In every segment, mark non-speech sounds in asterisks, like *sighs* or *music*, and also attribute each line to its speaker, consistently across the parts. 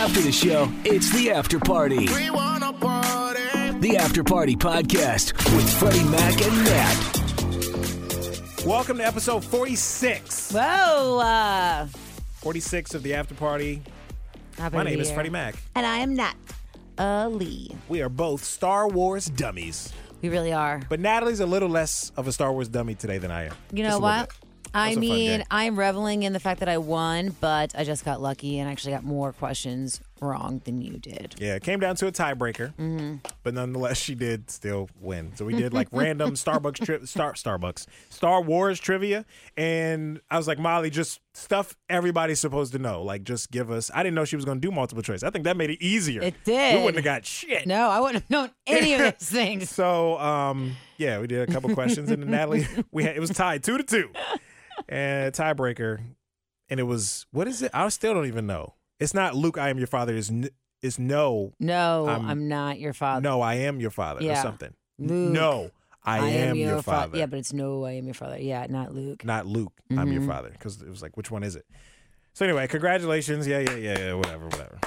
Speaker 1: After the show, it's the after party.
Speaker 2: We wanna party.
Speaker 1: The After Party Podcast with Freddie Mac and Matt.
Speaker 3: Welcome to episode 46.
Speaker 4: Whoa. Uh,
Speaker 3: 46 of the after party. My name is Freddie Mac.
Speaker 4: And I am Nat Ali.
Speaker 3: We are both Star Wars dummies.
Speaker 4: We really are.
Speaker 3: But Natalie's a little less of a Star Wars dummy today than I am.
Speaker 4: You know
Speaker 3: Just a little
Speaker 4: what?
Speaker 3: bit. That
Speaker 4: I
Speaker 3: was a fun
Speaker 4: mean,
Speaker 3: game.
Speaker 4: I'm reveling in the fact that I won, but I just got lucky and actually got more questions wrong than you did.
Speaker 3: Yeah, it came down to a tiebreaker.
Speaker 4: Mm-hmm.
Speaker 3: But nonetheless, she did still win. So we
Speaker 4: *laughs*
Speaker 3: did like random Starbucks trip Star Starbucks. Star Wars trivia. And I was like, Molly, just stuff everybody's supposed to know. Like just give us I didn't know she was gonna do multiple choice. I think that made it easier.
Speaker 4: It did.
Speaker 3: We wouldn't have got shit.
Speaker 4: No, I wouldn't have *laughs* known any of those things.
Speaker 3: So, um, yeah, we did a couple questions, and then
Speaker 4: *laughs*
Speaker 3: Natalie, we had, it was tied two to two, and tiebreaker, and it was what is it? I still don't even know. It's not Luke. I am your father. Is is no,
Speaker 4: No,
Speaker 3: I'm-
Speaker 4: I'm, not your father.
Speaker 3: no. I am your father or
Speaker 4: Yeah.
Speaker 3: something.
Speaker 4: Luke,
Speaker 3: No, I, am, your,
Speaker 4: fa-
Speaker 3: father.
Speaker 4: Yeah, but Mm-hmm. it's no, I am your father. Yeah, not Luke.
Speaker 3: not Luke. I'm your father because it was like, which one is it? So anyway, congratulations. Yeah, yeah, yeah, yeah. Whatever, whatever.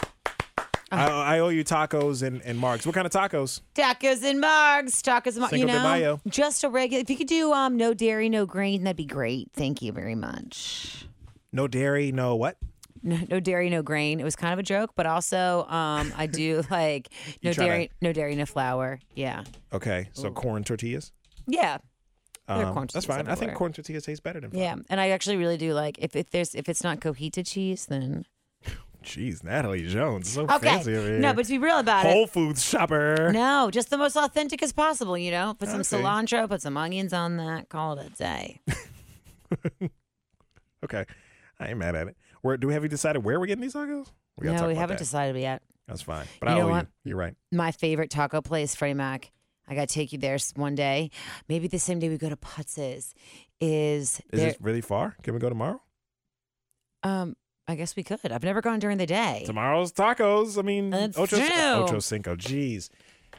Speaker 4: Ah.
Speaker 3: I, I owe you tacos and, and marks. What kind of tacos?
Speaker 4: Tacos and margs. Tacos and margs. You
Speaker 3: Cinco de
Speaker 4: know,
Speaker 3: Mayo.
Speaker 4: just a regular. If you could do um, no dairy, no grain, that'd be great. Thank you very much.
Speaker 3: No dairy. No what?
Speaker 4: no, no dairy, no grain. It was kind of a joke, but also um, I
Speaker 3: *laughs*
Speaker 4: do *laughs* like no
Speaker 3: try to-
Speaker 4: dairy, no dairy, no flour. Yeah,
Speaker 3: Okay, so corn tortillas.
Speaker 4: yeah, There are
Speaker 3: Um,
Speaker 4: corn
Speaker 3: that's
Speaker 4: tortillas
Speaker 3: fine. I think
Speaker 4: everywhere.
Speaker 3: corn tortillas taste better than
Speaker 4: yeah. And I actually really do like if, if there's if it's not cojita cheese, then
Speaker 3: Jeez, Natalie Jones, so
Speaker 4: okay.
Speaker 3: fancy over here.
Speaker 4: No, but to be real about
Speaker 3: Whole
Speaker 4: it.
Speaker 3: Foods shopper.
Speaker 4: No, just the most authentic as possible, you know? Put some
Speaker 3: Okay.
Speaker 4: cilantro, put some onions on that, call it a day.
Speaker 3: Okay, I ain't mad at it. Where do we have you decided where we're getting these tacos? We gotta
Speaker 4: no,
Speaker 3: talk
Speaker 4: we
Speaker 3: about
Speaker 4: haven't
Speaker 3: that.
Speaker 4: decided yet.
Speaker 3: That's fine. But
Speaker 4: You
Speaker 3: I
Speaker 4: know
Speaker 3: owe
Speaker 4: what?
Speaker 3: you. You're right.
Speaker 4: My favorite taco place, Freddie Mac. I gotta take you there s- one day. Maybe the same day we go to Putz's. Is,
Speaker 3: Is
Speaker 4: there,
Speaker 3: this really far? Can we go tomorrow?
Speaker 4: Um, I guess we could. I've never gone during the day.
Speaker 3: Tomorrow's tacos. I mean,
Speaker 4: That's
Speaker 3: Ocho,
Speaker 4: true.
Speaker 3: Ocho Cinco. Jeez,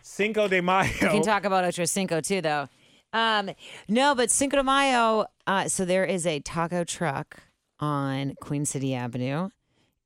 Speaker 3: Cinco de Mayo.
Speaker 4: We can talk about Ocho Cinco too, though. Um, no, but Cinco de Mayo. Uh, so there is a taco truck on Queen City Avenue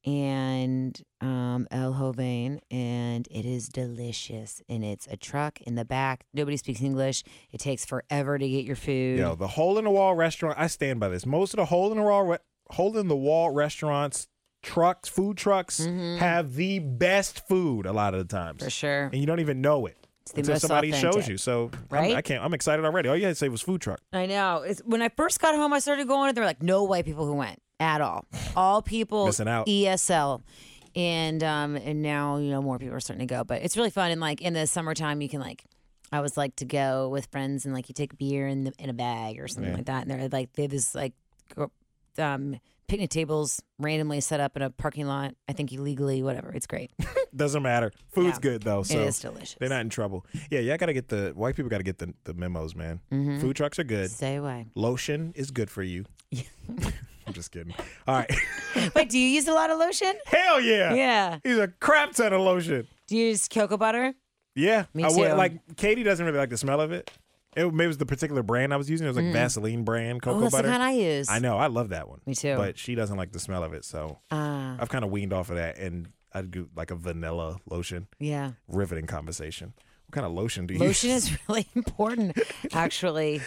Speaker 4: and um, El Jovain, and it is delicious. And it's a truck in the back. Nobody speaks English. It takes forever to get your food.
Speaker 3: Yo, the hole in the wall restaurant. I stand by this. Most of the hole in the wall, re- hole in the wall restaurants, trucks, food trucks have the best food a lot of the times.
Speaker 4: Mm-hmm. For sure.
Speaker 3: and you don't even know it
Speaker 4: It's the
Speaker 3: until
Speaker 4: most
Speaker 3: somebody shows
Speaker 4: authentic.
Speaker 3: you. So I'm,
Speaker 4: Right?
Speaker 3: I can't. I'm excited already. All you had to say was food truck.
Speaker 4: I know. It's, when I first got home, I started going. There were like no white people who went at all. All people
Speaker 3: Missing out.
Speaker 4: ESL, and um, and now you know more people are starting to go. But it's really fun. And like in the summertime, you can like. I was like to go with friends and like you take beer in the, in a bag or something like that. And they're like they have this like gr- um, picnic tables randomly set up in a parking lot. I think illegally, whatever.
Speaker 3: *laughs*
Speaker 4: It's great.
Speaker 3: Doesn't matter. Food's
Speaker 4: Yeah.
Speaker 3: good though. So
Speaker 4: is delicious.
Speaker 3: They're not in trouble. Yeah, yeah. I gotta get the white people. Gotta get the, the memos, man.
Speaker 4: Mm-hmm.
Speaker 3: Food trucks are good.
Speaker 4: Stay away.
Speaker 3: Lotion is good for you. *laughs* I'm just kidding. All right. *laughs*
Speaker 4: Wait, do you use a lot of lotion?
Speaker 3: Hell *laughs* yeah.
Speaker 4: Yeah.
Speaker 3: He's a crap ton of lotion.
Speaker 4: Do you use cocoa butter?
Speaker 3: Yeah.
Speaker 4: Me
Speaker 3: I would-
Speaker 4: too.
Speaker 3: like Katie doesn't really like the smell of it. It maybe it was the particular brand I was using. It was like Vaseline brand cocoa
Speaker 4: Mm. oh, that's
Speaker 3: butter.
Speaker 4: the kind I use.
Speaker 3: I know. I love that one.
Speaker 4: Me too.
Speaker 3: But she doesn't like the smell of it, so
Speaker 4: Ah.
Speaker 3: I've kind of weaned off of that, and I'd do like a vanilla lotion.
Speaker 4: yeah.
Speaker 3: Riveting conversation. What kind of lotion do *laughs* you Oh.
Speaker 4: Lotion
Speaker 3: use?
Speaker 4: is really *laughs* important, actually.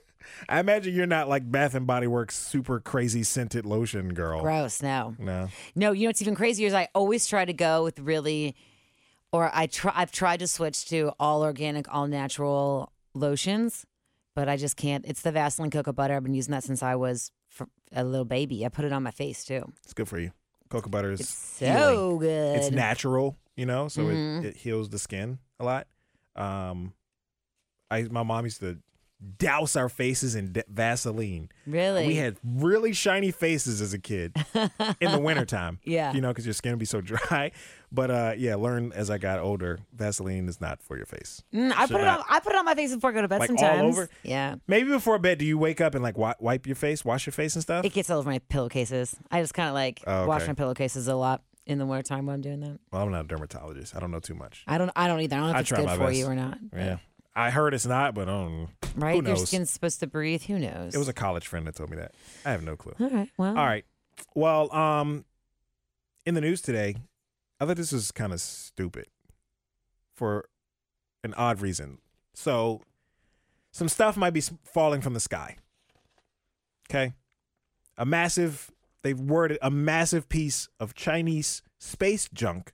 Speaker 3: *laughs* I imagine you're not like Bath and Body Works super crazy scented lotion girl.
Speaker 4: Gross. No,
Speaker 3: No.
Speaker 4: no. You know what's even crazier is I always try to go with really, or I try. I've tried to switch to all organic, all natural lotions, but I just can't. It's the Vaseline cocoa butter. I've been using that since I was fr- a little baby. I put it on my face too.
Speaker 3: It's good for you. Cocoa butter is healing.
Speaker 4: So good. Mm-hmm.
Speaker 3: It's natural, you know, so it, it heals the skin a lot. Um I my mom used to douse our faces in de- Vaseline.
Speaker 4: Really?
Speaker 3: We had really shiny faces as a kid in the wintertime.
Speaker 4: *laughs* Yeah.
Speaker 3: You know, because your skin would be so *laughs* dry. But uh, yeah, learn as I got older, Vaseline is not for your face.
Speaker 4: Mm, I
Speaker 3: Should
Speaker 4: put it
Speaker 3: not-
Speaker 4: on. I put it on my face before I go to bed.
Speaker 3: Like, all
Speaker 4: sometimes.
Speaker 3: over?
Speaker 4: Yeah.
Speaker 3: Maybe before bed, do you wake up and like wi- wipe your face, wash your face and stuff?
Speaker 4: It gets all over my pillowcases. I just kind of like
Speaker 3: Oh, okay.
Speaker 4: wash my pillowcases a lot in the wintertime when I'm doing that.
Speaker 3: well, I'm not a dermatologist. I don't know too much.
Speaker 4: I don't. I don't either. I don't know if
Speaker 3: I
Speaker 4: it's
Speaker 3: try
Speaker 4: good
Speaker 3: my
Speaker 4: for
Speaker 3: best.
Speaker 4: you or not.
Speaker 3: Yeah. I heard it's not, but I don't know.
Speaker 4: Right.
Speaker 3: Who
Speaker 4: Your
Speaker 3: knows?
Speaker 4: skin's supposed to breathe. Who knows?
Speaker 3: It was a college friend that told me that. I have no clue.
Speaker 4: All right. Well.
Speaker 3: All right. Well, um, in the news today, I thought this was kind of stupid for an odd reason. So, some stuff might be s- falling from the sky. Okay. A massive, they've worded a massive piece of Chinese space junk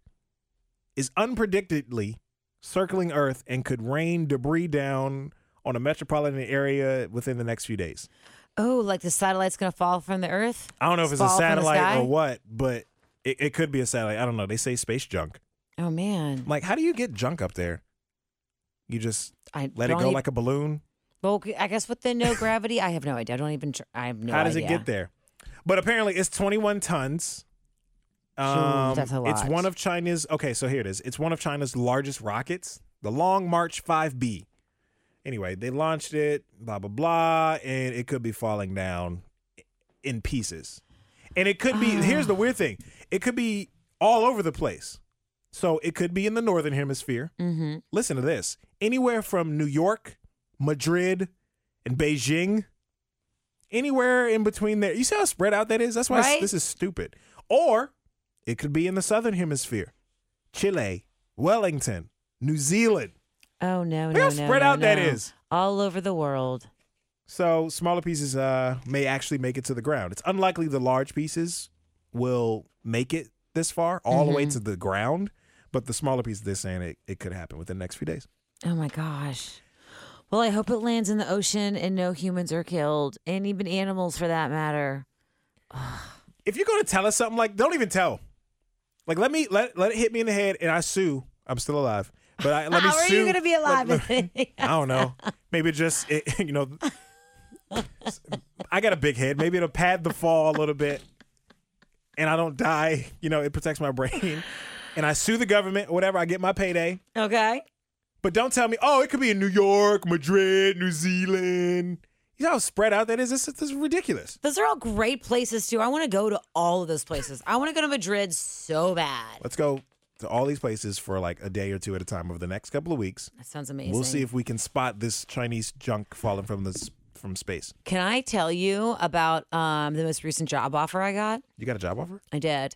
Speaker 3: is unpredictably circling Earth and could rain debris down on a metropolitan area within the next few days.
Speaker 4: Oh, like the satellite's gonna fall from the Earth?
Speaker 3: I don't know if it's
Speaker 4: Fall
Speaker 3: a
Speaker 4: from the
Speaker 3: satellite
Speaker 4: sky?
Speaker 3: or what, but it, it could be a satellite. I don't know. They say space junk.
Speaker 4: Oh man,
Speaker 3: I'm like, how do you get junk up there? You just
Speaker 4: I
Speaker 3: let it
Speaker 4: don't
Speaker 3: go
Speaker 4: e-
Speaker 3: like a balloon?
Speaker 4: Well, I guess with the no gravity, I have no idea. I don't even. Tr- I have no.
Speaker 3: how does it
Speaker 4: idea.
Speaker 3: get there? But apparently it's 21 tons. Um,
Speaker 4: that's a
Speaker 3: It's
Speaker 4: lot.
Speaker 3: one of China's, okay, so here it is. It's one of China's largest rockets, the Long March 5B. Anyway, they launched it, blah, blah, blah, and it could be falling down in pieces. And it
Speaker 4: *sighs*
Speaker 3: could be, here's the weird thing it could be all over the place. So it could be in the northern hemisphere.
Speaker 4: Mm-hmm.
Speaker 3: Listen to this anywhere from New York, Madrid, and Beijing, anywhere in between there. You see how spread out that is? That's why s-
Speaker 4: Right?
Speaker 3: this is stupid. Or it could be in the southern hemisphere Chile, Wellington, New Zealand.
Speaker 4: Oh no!
Speaker 3: Look
Speaker 4: no,
Speaker 3: how
Speaker 4: no,
Speaker 3: spread
Speaker 4: no,
Speaker 3: out that
Speaker 4: no.
Speaker 3: is.
Speaker 4: All over the world.
Speaker 3: So smaller pieces uh, may actually make it to the ground. It's unlikely the large pieces will make it this far, all the way to the ground. But the smaller pieces, they're saying it, it could happen within the next few days.
Speaker 4: Oh my gosh. Well, I hope it lands in the ocean and no humans are killed, and even animals for that matter.
Speaker 3: if you're gonna tell us something, like don't even tell. Like let me let let it hit me in the head and I sue. I'm still alive, but I, let me
Speaker 4: *laughs* How are
Speaker 3: sue.
Speaker 4: you gonna be
Speaker 3: Let-
Speaker 4: alive?
Speaker 3: let- I don't know. Maybe just it, *laughs* you know. I got a big head. Maybe it'll pad the fall a little bit, and I don't die. You know, it protects my brain. And I sue the government, whatever. I get my payday.
Speaker 4: *laughs* okay.
Speaker 3: But don't tell me, oh, it could be in New York, Madrid, New Zealand. You know how spread out that is. This, this is ridiculous.
Speaker 4: Those are all great places too. I want to go to all of those places. I want to go to Madrid so bad.
Speaker 3: Let's go to all these places for like a day or two at a time over the next couple of weeks.
Speaker 4: That sounds amazing.
Speaker 3: We'll see if we can spot this Chinese junk falling from this from space.
Speaker 4: Can I tell you about um, the most recent job offer I got?
Speaker 3: You got a job offer?
Speaker 4: I did.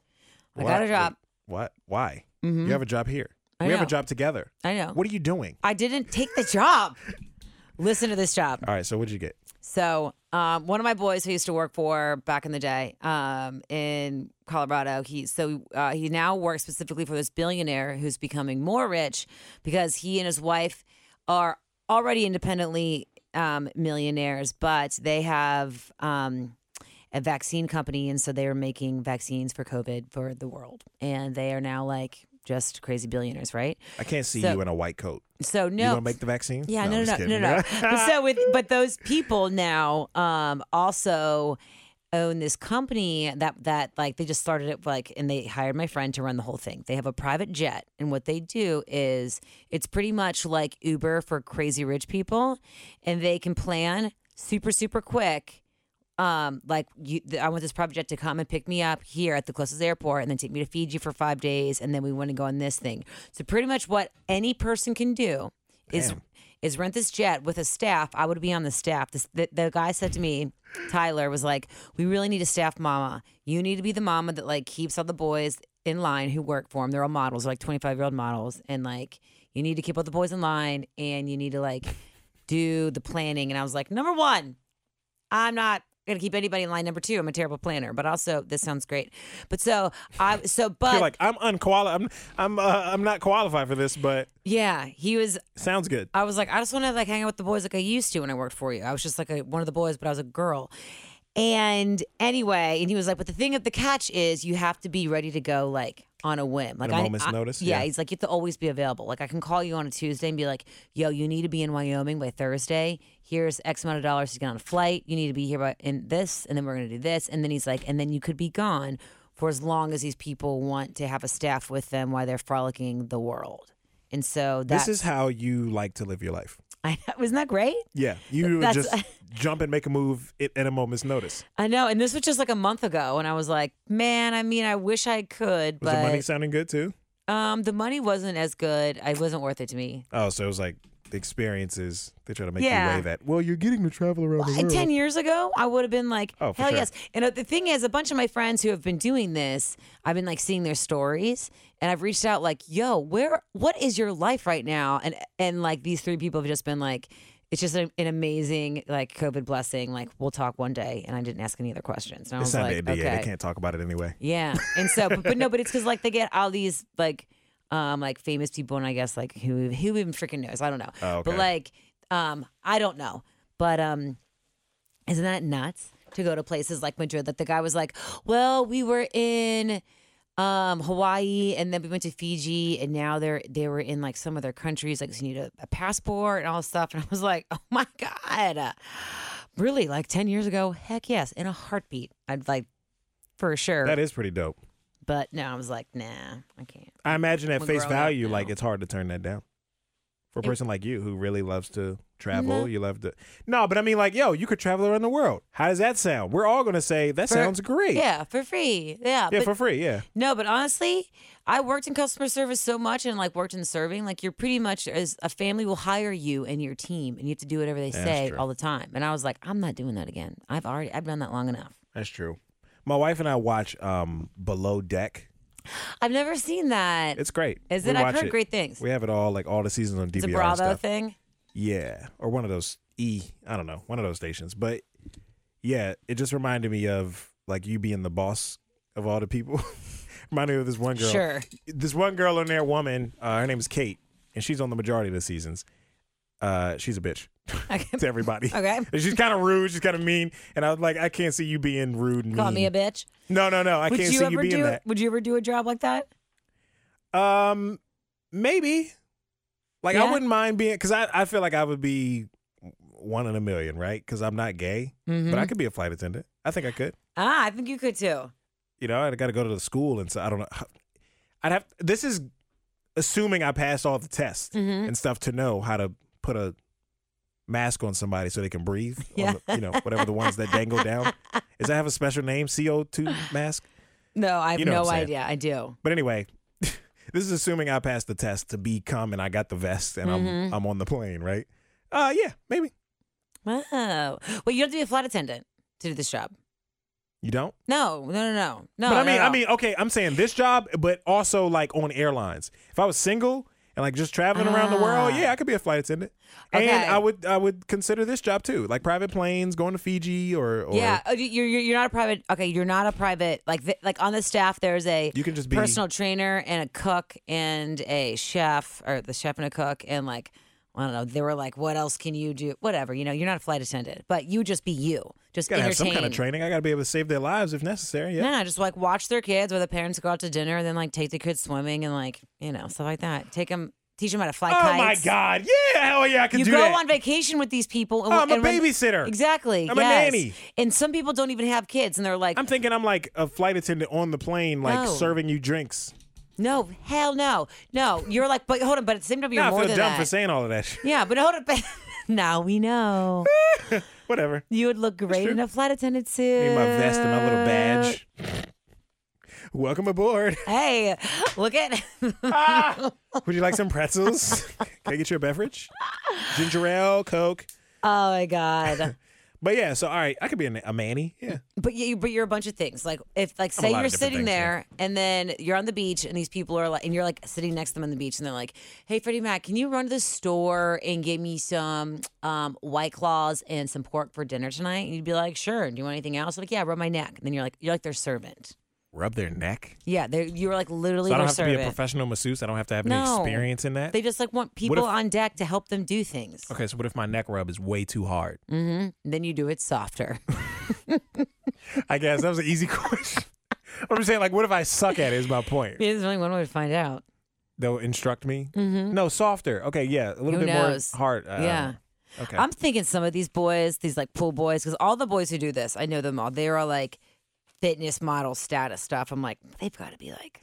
Speaker 4: I
Speaker 3: Why-
Speaker 4: got a job. Mm-hmm.
Speaker 3: What? Why? You have a job here.
Speaker 4: I
Speaker 3: we have a
Speaker 4: know.
Speaker 3: job together.
Speaker 4: I know.
Speaker 3: What are you doing?
Speaker 4: I didn't take the job. Listen to this job.
Speaker 3: All right. So what'd you get?
Speaker 4: So, um, one of my boys who I used to work for back in the day um, in Colorado, he so uh, he now works specifically for this billionaire who's becoming more rich because he and his wife are already independently um, millionaires, but they have um, a vaccine company, and so they are making vaccines for COVID for the world, and they are now like just crazy billionaires, right?
Speaker 3: I can't see
Speaker 4: So-
Speaker 3: you in a white coat.
Speaker 4: So
Speaker 3: You
Speaker 4: no,
Speaker 3: gonna make the vaccine?
Speaker 4: yeah, no,
Speaker 3: I'm
Speaker 4: no,
Speaker 3: just
Speaker 4: no, no,
Speaker 3: kidding. *laughs*
Speaker 4: no. but so with but those people now um also own this company that that like they just started it like and they hired my friend to run the whole thing. They have a private jet and what they do is it's pretty much like Uber for crazy rich people and they can plan super super quick um, like you, th- I want this private jet to come and pick me up here at the closest airport, and then take me to Fiji for five days, and then we want to go on this thing. So pretty much what any person can do is
Speaker 3: Damn.
Speaker 4: is rent this jet with a staff. I would be on the staff. This, the, the guy said to me, Tyler was like, "We really need a staff mama. You need to be the mama that like keeps all the boys in line who work for him. They're all models, like twenty five year old models, and like you need to keep all the boys in line, and you need to like." Do the planning, and I was like, number one, I'm not gonna keep anybody in line. Number two, I'm a terrible planner, but also this sounds great. But so I so but
Speaker 3: You're like I'm unqualified. I'm I'm uh, I'm not qualified for this, but
Speaker 4: yeah, he was.
Speaker 3: sounds good.
Speaker 4: I was like, I just want to like hang out with the boys like I used to when I worked for you. I was just like a, one of the boys, but I was a girl. And anyway, and he was like, but the thing of the catch is you have to be ready to go like on a whim, like
Speaker 3: a
Speaker 4: I-
Speaker 3: moment's
Speaker 4: I-
Speaker 3: notice,
Speaker 4: Yeah,
Speaker 3: yeah.
Speaker 4: he's like, you have to always be available. Like I can call you on a Tuesday and be like, yo, you need to be in Wyoming by Thursday. Here's X amount of dollars to get on a flight. You need to be here by in this, and then we're gonna do this. And then he's like, and then you could be gone for as long as these people want to have a staff with them while they're frolicking the world. And so
Speaker 3: This
Speaker 4: that's
Speaker 3: is how you like to live your life.
Speaker 4: I know. Wasn't that great?
Speaker 3: Yeah, you would
Speaker 4: That's-
Speaker 3: just
Speaker 4: *laughs*
Speaker 3: jump and make a move at, at a moment's notice.
Speaker 4: I know. And this was just like a month ago. And I was like, man, I mean, I wish I could,
Speaker 3: Was the money
Speaker 4: but
Speaker 3: sounding good too?
Speaker 4: um, the money wasn't as good. It wasn't worth it to me.
Speaker 3: Oh, so it was like experiences. They try to make
Speaker 4: Yeah.
Speaker 3: you weigh that. Well, you're getting to travel around the
Speaker 4: And
Speaker 3: world.
Speaker 4: 10 years ago, I would have been like,
Speaker 3: Oh, for
Speaker 4: hell
Speaker 3: sure.
Speaker 4: yes. And uh, the thing is, a bunch of my friends who have been doing this, I've been like seeing their stories and I've reached out like, yo, where, what is your life right now? And, and like these three people have just been like, it's just an, an amazing like COVID blessing. Like we'll talk one day. And I didn't ask any other questions. And I
Speaker 3: It's
Speaker 4: was
Speaker 3: not
Speaker 4: like,
Speaker 3: the NBA.
Speaker 4: okay.
Speaker 3: They can't talk about it anyway.
Speaker 4: *laughs* Yeah. And so, but, but no, but it's because like they get all these like, um, like famous people, and I guess like who who even freaking knows? I don't know.
Speaker 3: Oh,
Speaker 4: But
Speaker 3: okay.
Speaker 4: like, um, I don't know. But um, isn't that nuts to go to places like Madrid? That the guy was like, well, we were in um Hawaii and then we went to Fiji and now they're they were in like some other countries like so you need a, a passport and all this stuff and I was like oh my god uh, really like 10 years ago heck yes in a heartbeat I'd like for sure
Speaker 3: That is pretty dope.
Speaker 4: but no, I was like, nah, I can't.
Speaker 3: I imagine at
Speaker 4: We're
Speaker 3: face
Speaker 4: grown up
Speaker 3: value,
Speaker 4: now.
Speaker 3: like it's hard to turn that down. For a
Speaker 4: It- Mm-hmm.
Speaker 3: person like you who really loves to travel, you love to. No, but I mean, like, yo, you could travel around the world. How does that sound? We're all gonna say that
Speaker 4: For-
Speaker 3: sounds great.
Speaker 4: Yeah, for free. Yeah.
Speaker 3: Yeah,
Speaker 4: but,
Speaker 3: for free. Yeah,
Speaker 4: no, but honestly, I worked in customer service so much and like worked in serving. Like you're pretty much as a family will hire you and your team, and you have to do whatever they
Speaker 3: that's
Speaker 4: say
Speaker 3: true.
Speaker 4: all the time. And I was like, I'm not doing that again. I've already I've done that long enough.
Speaker 3: that's true. My wife and I watch um, Below Deck.
Speaker 4: I've never seen that.
Speaker 3: It's great.
Speaker 4: Is
Speaker 3: We
Speaker 4: it? I've
Speaker 3: watch
Speaker 4: heard great things.
Speaker 3: We have it all, like all the seasons on DVR.
Speaker 4: it's a
Speaker 3: and
Speaker 4: Bravo
Speaker 3: stuff.
Speaker 4: thing.
Speaker 3: Yeah, or one of those E. I don't know, one of those stations. But yeah, it just reminded me of like you being the boss of all the people. *laughs* reminded me of this one girl.
Speaker 4: Sure. *laughs*
Speaker 3: This one girl on there, woman. Uh, her name is Kate, and she's on the majority of the seasons. Uh, she's a bitch
Speaker 4: Okay.
Speaker 3: to everybody.
Speaker 4: Okay.
Speaker 3: *laughs* And she's kind of rude. She's kind of mean. And I was like, I can't see you being rude and
Speaker 4: Call
Speaker 3: mean.
Speaker 4: me a bitch.
Speaker 3: no, no, no. Mm. I
Speaker 4: Would
Speaker 3: can't
Speaker 4: you
Speaker 3: see you
Speaker 4: ever
Speaker 3: being
Speaker 4: do
Speaker 3: that.
Speaker 4: would you ever do a job like that?
Speaker 3: Um, maybe. Like
Speaker 4: Yeah.
Speaker 3: I wouldn't mind being because I I feel like I would be one in a million, right? Because I'm not gay, but I could be a flight attendant. I think I could.
Speaker 4: Mm-hmm. Ah, I think you could too.
Speaker 3: You know, I got to go to the school, and so I don't know. *sighs* I'd have. This is assuming I passed all the tests
Speaker 4: Mm-hmm.
Speaker 3: and stuff to know how to put a mask on somebody so they can breathe. on
Speaker 4: Yeah.
Speaker 3: the- you know, whatever the ones that dangle
Speaker 4: *laughs*
Speaker 3: down. Is that have a special name? CO2 mask.
Speaker 4: No, I have
Speaker 3: You know what I'm
Speaker 4: no
Speaker 3: saying.
Speaker 4: idea. I do.
Speaker 3: But anyway, *laughs* this is assuming I passed the test to become and I got the vest and I'm
Speaker 4: Mm-hmm.
Speaker 3: I'm on the plane, right? Uh yeah, maybe.
Speaker 4: Wow. Oh. Well, you have to be a flight attendant to do this job.
Speaker 3: You don't?
Speaker 4: No, no, no, no, no.
Speaker 3: but I
Speaker 4: no,
Speaker 3: mean,
Speaker 4: Oh, no.
Speaker 3: I mean, okay, I'm saying this job, but also like on airlines. If I was single and like just traveling around the world,
Speaker 4: Ah.
Speaker 3: yeah, I could be a flight attendant.
Speaker 4: Okay.
Speaker 3: And I would I would consider this job too, like private planes, going to Fiji or, or
Speaker 4: yeah, oh, you- you're you're you're not a private. Okay, you're not a private. Like th- like on the staff, there's a
Speaker 3: You can just be-
Speaker 4: personal trainer and a cook and a chef, or the chef and a cook, and like I don't know. They were like, what else can you do? Whatever, you know, you're not a flight attendant, but you just be you, just
Speaker 3: gotta
Speaker 4: entertain.
Speaker 3: have some kind of training. I gotta be able to save their lives if necessary. Yeah.
Speaker 4: Yeah, just like watch their kids or the parents go out to dinner and then like take the kids swimming and like, you know, stuff like that. Take them, teach them how to fly
Speaker 3: Oh
Speaker 4: kites.
Speaker 3: my God! Yeah, hell yeah, I can
Speaker 4: you
Speaker 3: do
Speaker 4: go
Speaker 3: that. Oh,
Speaker 4: on vacation with these people. And,
Speaker 3: I'm a
Speaker 4: and when-
Speaker 3: babysitter.
Speaker 4: Exactly.
Speaker 3: I'm a
Speaker 4: yes.
Speaker 3: nanny.
Speaker 4: And some people don't even have kids, and they're like,
Speaker 3: I'm thinking I'm like a flight attendant on the plane, like
Speaker 4: No.
Speaker 3: serving you drinks.
Speaker 4: no, hell no, no. You're like, but hold on, but at the same time, you're
Speaker 3: Nah,
Speaker 4: more
Speaker 3: I feel
Speaker 4: than
Speaker 3: dumb
Speaker 4: that.
Speaker 3: for saying all of that. shit. *laughs*
Speaker 4: yeah, but *laughs* hold on. now we know
Speaker 3: Whatever.
Speaker 4: you would look great in a flight attendant suit.
Speaker 3: Need my vest and my little badge. Welcome
Speaker 4: *laughs*
Speaker 3: aboard.
Speaker 4: Hey, look at. *laughs*
Speaker 3: Would you like some pretzels? Can I get you a beverage? Ginger ale, Coke.
Speaker 4: oh my god.
Speaker 3: But yeah, so all right, I could be a, a manny. Yeah.
Speaker 4: But you, but you're a bunch of things. Like if, like,
Speaker 3: a
Speaker 4: say
Speaker 3: lot
Speaker 4: you're
Speaker 3: of different
Speaker 4: sitting
Speaker 3: things, yeah.
Speaker 4: there, and then you're on the beach, and these people are like, and you're like sitting next to them on the beach, and they're like, "Hey, Freddie Mac, can you run to the store and get me some um, white claws and some pork for dinner tonight?" And you'd be like, "Sure." Do you want anything else? Like, yeah, rub my neck. And then you're like, you're like their servant.
Speaker 3: Rub their neck.
Speaker 4: Yeah, they're, you're like literally
Speaker 3: So I don't
Speaker 4: their
Speaker 3: have to be
Speaker 4: servant.
Speaker 3: a professional masseuse. I don't have to have any
Speaker 4: No.
Speaker 3: experience in that.
Speaker 4: they just like want people
Speaker 3: if-
Speaker 4: on deck to help them do things.
Speaker 3: okay, so what if my neck rub is way too hard?
Speaker 4: Then you do it softer. *laughs* Mm.
Speaker 3: I guess that was an easy *laughs* question. I'm saying, like, what if I suck at it? Is my point.
Speaker 4: There's only one way to find out.
Speaker 3: They'll instruct me. No, softer. Okay, yeah, a little
Speaker 4: Mm-hmm. Who
Speaker 3: bit
Speaker 4: knows?
Speaker 3: more hard. Uh,
Speaker 4: yeah.
Speaker 3: Okay.
Speaker 4: I'm thinking some of these boys, these like pool boys, because all the boys who do this, I know them all. They are like fitness model status stuff. I'm like, they've got to be like,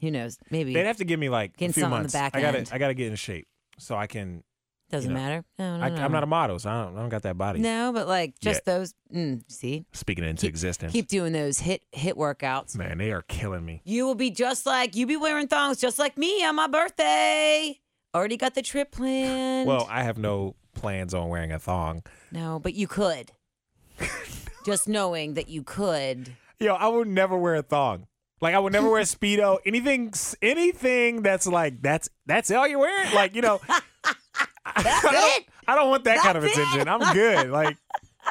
Speaker 4: who knows? Maybe
Speaker 3: They'd have to give me like
Speaker 4: Getting
Speaker 3: a few
Speaker 4: something on the
Speaker 3: months.
Speaker 4: back
Speaker 3: I gotta,
Speaker 4: end.
Speaker 3: I gotta get in shape so I can.
Speaker 4: doesn't
Speaker 3: you know,
Speaker 4: matter. No, no,
Speaker 3: I,
Speaker 4: no.
Speaker 3: I'm not a model, so I don't, I don't got that body.
Speaker 4: no, but like just
Speaker 3: Yet.
Speaker 4: those. Mm, see,
Speaker 3: Speaking it into existence,
Speaker 4: keep doing those hit hit workouts.
Speaker 3: man, they are killing me.
Speaker 4: You will be just like you be wearing thongs, just like me on my birthday. Already got the trip planned.
Speaker 3: Well, I have no plans on wearing a thong.
Speaker 4: no, but you
Speaker 3: *laughs*
Speaker 4: could. Just knowing that you could.
Speaker 3: Yo, I would never wear a thong. Like I would never
Speaker 4: *laughs*
Speaker 3: wear a speedo. Anything, anything that's like that's that's all you're wearing. Like you know,
Speaker 4: That's
Speaker 3: I don't,
Speaker 4: it.
Speaker 3: I don't want that kind of
Speaker 4: *laughs* That's it.
Speaker 3: attention. I'm good. Like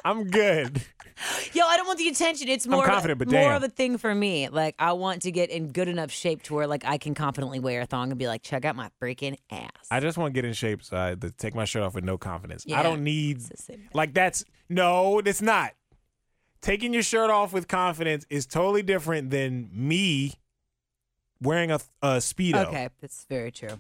Speaker 3: I'm good.
Speaker 4: Yo, I don't want the attention. It's more
Speaker 3: confident,
Speaker 4: of
Speaker 3: but
Speaker 4: a, more
Speaker 3: damn.
Speaker 4: of a thing for me. Like I want to get in good enough shape to where like I can confidently wear a thong and be like, check out my freaking ass.
Speaker 3: I just want to get in shape so I to take my shirt off with no confidence.
Speaker 4: Yeah.
Speaker 3: I don't need
Speaker 4: the same thing.
Speaker 3: like that's no, it's not. Taking your shirt off with confidence is totally different than me wearing a, a speedo.
Speaker 4: okay, that's very true.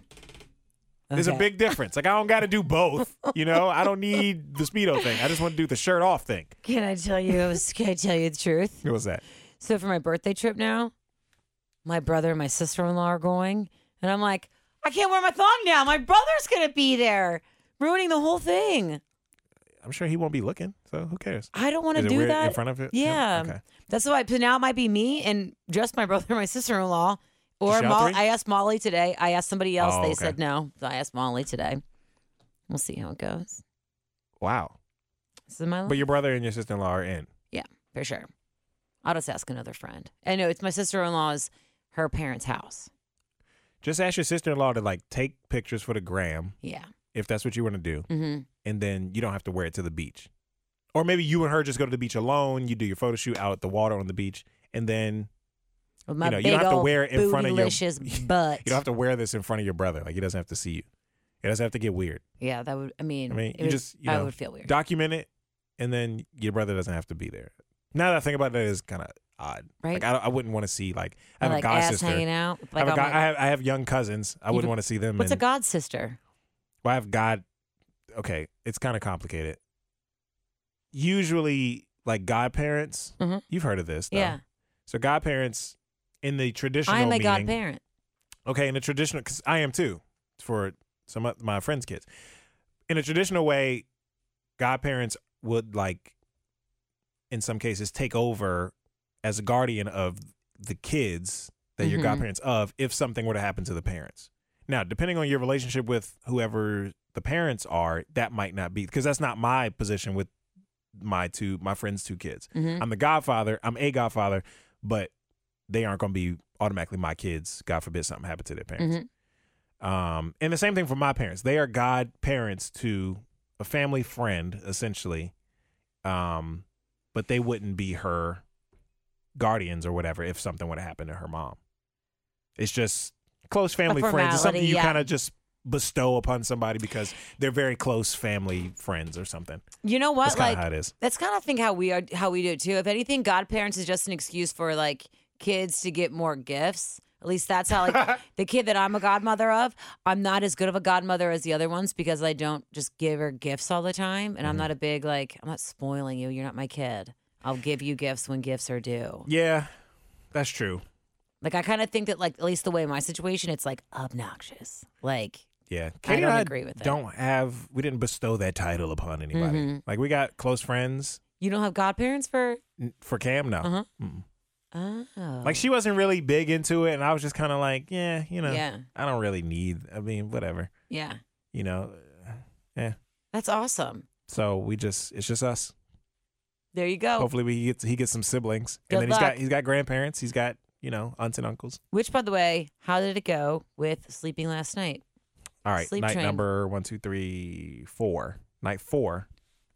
Speaker 3: There's a
Speaker 4: Okay.
Speaker 3: big difference. Like I don't got
Speaker 4: *laughs*
Speaker 3: to do both. You know, I don't need the speedo thing. I just want to do the shirt off thing.
Speaker 4: Can I tell you? I was- Can I tell you the truth?
Speaker 3: What was that?
Speaker 4: So for my birthday trip now, my brother and my sister in law are going, and I'm like, I can't wear my thong now. My brother's gonna be there, ruining the whole thing.
Speaker 3: I'm sure he won't be looking. So who cares?
Speaker 4: I don't want to
Speaker 3: Is it
Speaker 4: do
Speaker 3: weird
Speaker 4: that
Speaker 3: in front of it?
Speaker 4: Yeah,
Speaker 3: Okay.
Speaker 4: that's why. So now it might be me and just my brother and my *laughs* sister in law. Or
Speaker 3: Just y'all
Speaker 4: Molly,
Speaker 3: three?
Speaker 4: I asked Molly today. I asked somebody else.
Speaker 3: Oh,
Speaker 4: they
Speaker 3: okay.
Speaker 4: said no. So I asked Molly today. We'll see how it goes.
Speaker 3: Wow.
Speaker 4: This is my life.
Speaker 3: But your brother and your sister in law are in.
Speaker 4: Yeah, for sure. I'll just ask another friend. I know it's my sister in law's, her parents' house.
Speaker 3: Just ask your sister in law to like take pictures for the gram
Speaker 4: Yeah.
Speaker 3: if that's what you want to do,
Speaker 4: hmm
Speaker 3: and then you don't have to wear it to the beach. Or maybe you and her just go to the beach alone. You do your photo shoot out at the water on the beach, and then
Speaker 4: With my
Speaker 3: you know
Speaker 4: big
Speaker 3: you don't have to
Speaker 4: old
Speaker 3: wear it in front of your
Speaker 4: bootylicious butt.
Speaker 3: *laughs* You don't have to wear this in front of your brother. Like he doesn't have to see you. It doesn't have to get weird.
Speaker 4: yeah, that would. I mean,
Speaker 3: I mean,
Speaker 4: it
Speaker 3: you
Speaker 4: would-
Speaker 3: just you
Speaker 4: I
Speaker 3: know,
Speaker 4: would feel weird.
Speaker 3: Document it, and then your brother doesn't have to be there. Now that I think about that, is kind of odd.
Speaker 4: Right.
Speaker 3: Like I, don't- I wouldn't want to see like I
Speaker 4: Or,
Speaker 3: have
Speaker 4: like
Speaker 3: a god
Speaker 4: ass
Speaker 3: sister.
Speaker 4: hanging out. with,
Speaker 3: I,
Speaker 4: Like,
Speaker 3: have a
Speaker 4: all
Speaker 3: god,
Speaker 4: my-
Speaker 3: I, have, I have young cousins. I wouldn't
Speaker 4: don't-
Speaker 3: want to see them.
Speaker 4: what's a
Speaker 3: and,
Speaker 4: god sister?
Speaker 3: Well, I have god. Okay, it's kind of complicated. Usually, like godparents,
Speaker 4: Mhm.
Speaker 3: you've heard of this. Though.
Speaker 4: Yeah,
Speaker 3: So godparents in the traditional
Speaker 4: I am a
Speaker 3: meaning-
Speaker 4: godparent.
Speaker 3: Okay, in a traditional, because I am too, for some of my friends' kids. In a traditional way, godparents would like, in some cases, take over as a guardian of the kids that you're
Speaker 4: Mhm.
Speaker 3: godparents of if something were to happen to the parents. Now, depending on your relationship with whoever the parents are, that might not be because that's not my position with my two my friends' two kids.
Speaker 4: Mhm.
Speaker 3: I'm the godfather. I'm a godfather, but they aren't going to be automatically my kids. God forbid something happened to their parents.
Speaker 4: Mhm.
Speaker 3: Um, and the same thing for my parents. They are godparents to a family friend, essentially. Um, but they wouldn't be her guardians or whatever if something would happen to her mom. It's just close family friends. It's something
Speaker 4: formality,
Speaker 3: you
Speaker 4: yeah.
Speaker 3: kind of just bestow upon somebody because they're very close family friends or something.
Speaker 4: You know
Speaker 3: That's
Speaker 4: what?
Speaker 3: kind
Speaker 4: Like
Speaker 3: of how it is.
Speaker 4: that's kind of think how we are, how we do it too. If anything, godparents is just an excuse for like kids to get more gifts. At least that's how
Speaker 3: *laughs*
Speaker 4: like the kid that I'm a godmother of, I'm not as good of a godmother as the other ones because I don't just give her gifts all the time, and
Speaker 3: Mm-hmm.
Speaker 4: I'm not a big like I'm not spoiling you. You're not my kid. I'll give you gifts when gifts are due.
Speaker 3: Yeah, that's true.
Speaker 4: Like I kind of think that like at least the way my situation, it's like obnoxious. Like
Speaker 3: Yeah, Katie
Speaker 4: don't
Speaker 3: and
Speaker 4: agree with it. Mm-hmm.
Speaker 3: Don't have we didn't bestow that title upon anybody. Like we got close friends
Speaker 4: you don't have godparents for
Speaker 3: n- for Cam. No,
Speaker 4: Uh-huh.
Speaker 3: Mm-mm.
Speaker 4: oh
Speaker 3: like uh, she wasn't really big into it, and I was just kind of like, yeah, you know,
Speaker 4: Yeah.
Speaker 3: I don't really need. I mean, whatever,
Speaker 4: yeah
Speaker 3: you know.
Speaker 4: that's awesome.
Speaker 3: So we just it's just us.
Speaker 4: There you go.
Speaker 3: Hopefully we get he gets some siblings,
Speaker 4: Oh. Good
Speaker 3: and then he's
Speaker 4: luck.
Speaker 3: got he's got grandparents. He's got you know aunts and uncles.
Speaker 4: Which, by the way, how did it go with sleeping last night?
Speaker 3: All right,
Speaker 4: Sleep
Speaker 3: night
Speaker 4: train.
Speaker 3: number one, two, three, four. Night four,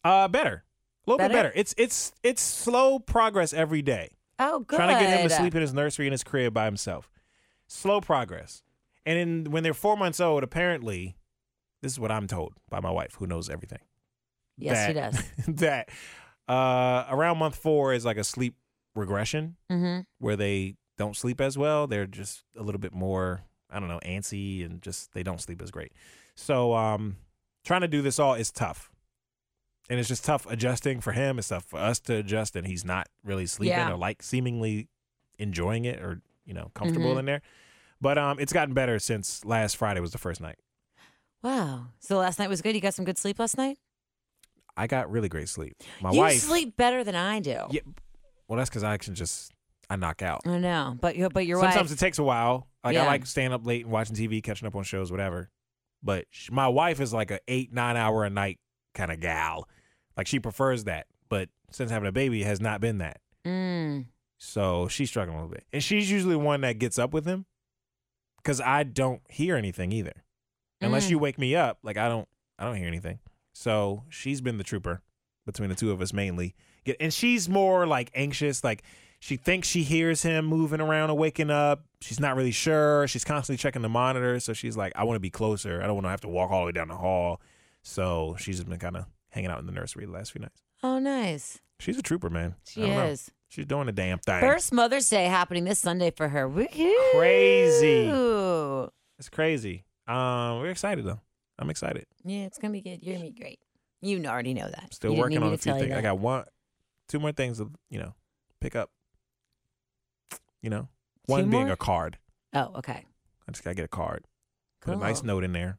Speaker 3: uh, better, a little bit
Speaker 4: Better?
Speaker 3: better. It's it's it's slow progress every day.
Speaker 4: Oh, good.
Speaker 3: Trying to get him to sleep in his nursery in his crib by himself. Slow progress. And in, when they're four months old, apparently, this is what I'm told by my wife, who knows everything. *laughs*
Speaker 4: Yes, he
Speaker 3: that- *laughs*
Speaker 4: does.
Speaker 3: that uh, around month four is like a sleep regression
Speaker 4: Mm-hmm.
Speaker 3: where they don't sleep as well. They're just a little bit more, I don't know, antsy and just they don't sleep as great. So um, trying to do this all is tough. And it's just tough adjusting for him. It's tough for us to adjust, and he's not really sleeping
Speaker 4: Yeah.
Speaker 3: or like seemingly enjoying it or you know comfortable
Speaker 4: Mhm.
Speaker 3: in there. But um, it's gotten better since last Friday was the first night.
Speaker 4: Wow. So last night was good. You got some good sleep last night.
Speaker 3: I got really great sleep. My
Speaker 4: you
Speaker 3: wife,
Speaker 4: sleep better than I do.
Speaker 3: yeah. Well, that's because I can just I knock out.
Speaker 4: I know, but your but your
Speaker 3: Sometimes
Speaker 4: wife.
Speaker 3: it takes a while. Like
Speaker 4: Yeah.
Speaker 3: I like staying up late and watching TV, catching up on shows, whatever. But sh my wife is like a eight nine hour a night kind of gal. Like she prefers that, but since having a baby, has not been that.
Speaker 4: Mm.
Speaker 3: So she's struggling a little bit, and she's usually one that gets up with him, because I don't hear anything either, unless
Speaker 4: Mm.
Speaker 3: you wake me up. Like I don't, I don't hear anything. So she's been the trooper between the two of us mainly. Get and she's more like anxious, like she thinks she hears him moving around and waking up. She's not really sure. She's constantly checking the monitor, so she's like, I want to be closer. I don't want to have to walk all the way down the hall. So she's just been kind of hanging out in the nursery the last few nights.
Speaker 4: Oh, nice.
Speaker 3: She's a trooper, man.
Speaker 4: She
Speaker 3: I don't know.
Speaker 4: is.
Speaker 3: She's doing a damn thing.
Speaker 4: First Mother's Day happening this Sunday for her. Woohoo!
Speaker 3: Crazy. It's crazy. Um, we're excited though. I'm excited.
Speaker 4: Yeah, it's gonna be good. You're gonna be great. You kn- already know that.
Speaker 3: Still
Speaker 4: You didn't need
Speaker 3: working
Speaker 4: me
Speaker 3: on
Speaker 4: to
Speaker 3: a few
Speaker 4: tell you
Speaker 3: things. I
Speaker 4: that.
Speaker 3: got one, two more things to you know pick up. You know,
Speaker 4: Two
Speaker 3: one being
Speaker 4: more?
Speaker 3: a card.
Speaker 4: Oh, okay. Oh.
Speaker 3: I just gotta get a card. Put a nice
Speaker 4: Cool.
Speaker 3: note in there.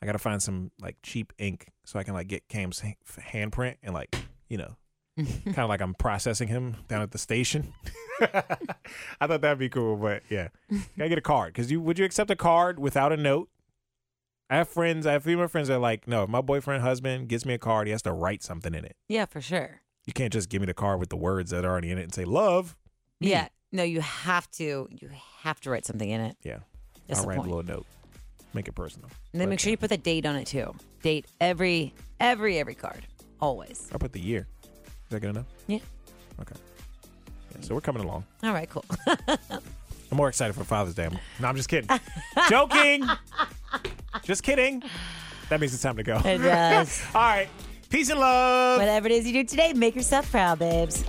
Speaker 3: I gotta find some like cheap ink so I can like get Cam's ha- handprint and like you know, kind of like I'm processing him down at the station. *laughs* I thought that'd be cool, but yeah, gotta get a card because you would you accept a card without a note? I have friends, I have female friends that are like, no, if my boyfriend husband gets me a card, he has to write something in it.
Speaker 4: *laughs* Yeah, for sure.
Speaker 3: You can't just give me the card with the words that are already in it and say love. me."
Speaker 4: Yeah. No, you have to. You have to write something in it.
Speaker 3: yeah.
Speaker 4: That's
Speaker 3: I'll
Speaker 4: the
Speaker 3: write
Speaker 4: point.
Speaker 3: a little note, make it personal.
Speaker 4: And then make sure you put the date on it too. Date every every every card. Always.
Speaker 3: I put the year. Is that good enough?
Speaker 4: Yeah.
Speaker 3: Okay. Yeah, so we're coming along.
Speaker 4: All right. Cool.
Speaker 3: I'm more excited for Father's Day. I'm- No, I'm just kidding. Joking. Just kidding. That means it's time to go.
Speaker 4: *laughs* It does.
Speaker 3: All right. Peace and love.
Speaker 4: Whatever it is you do today, make yourself proud, babes.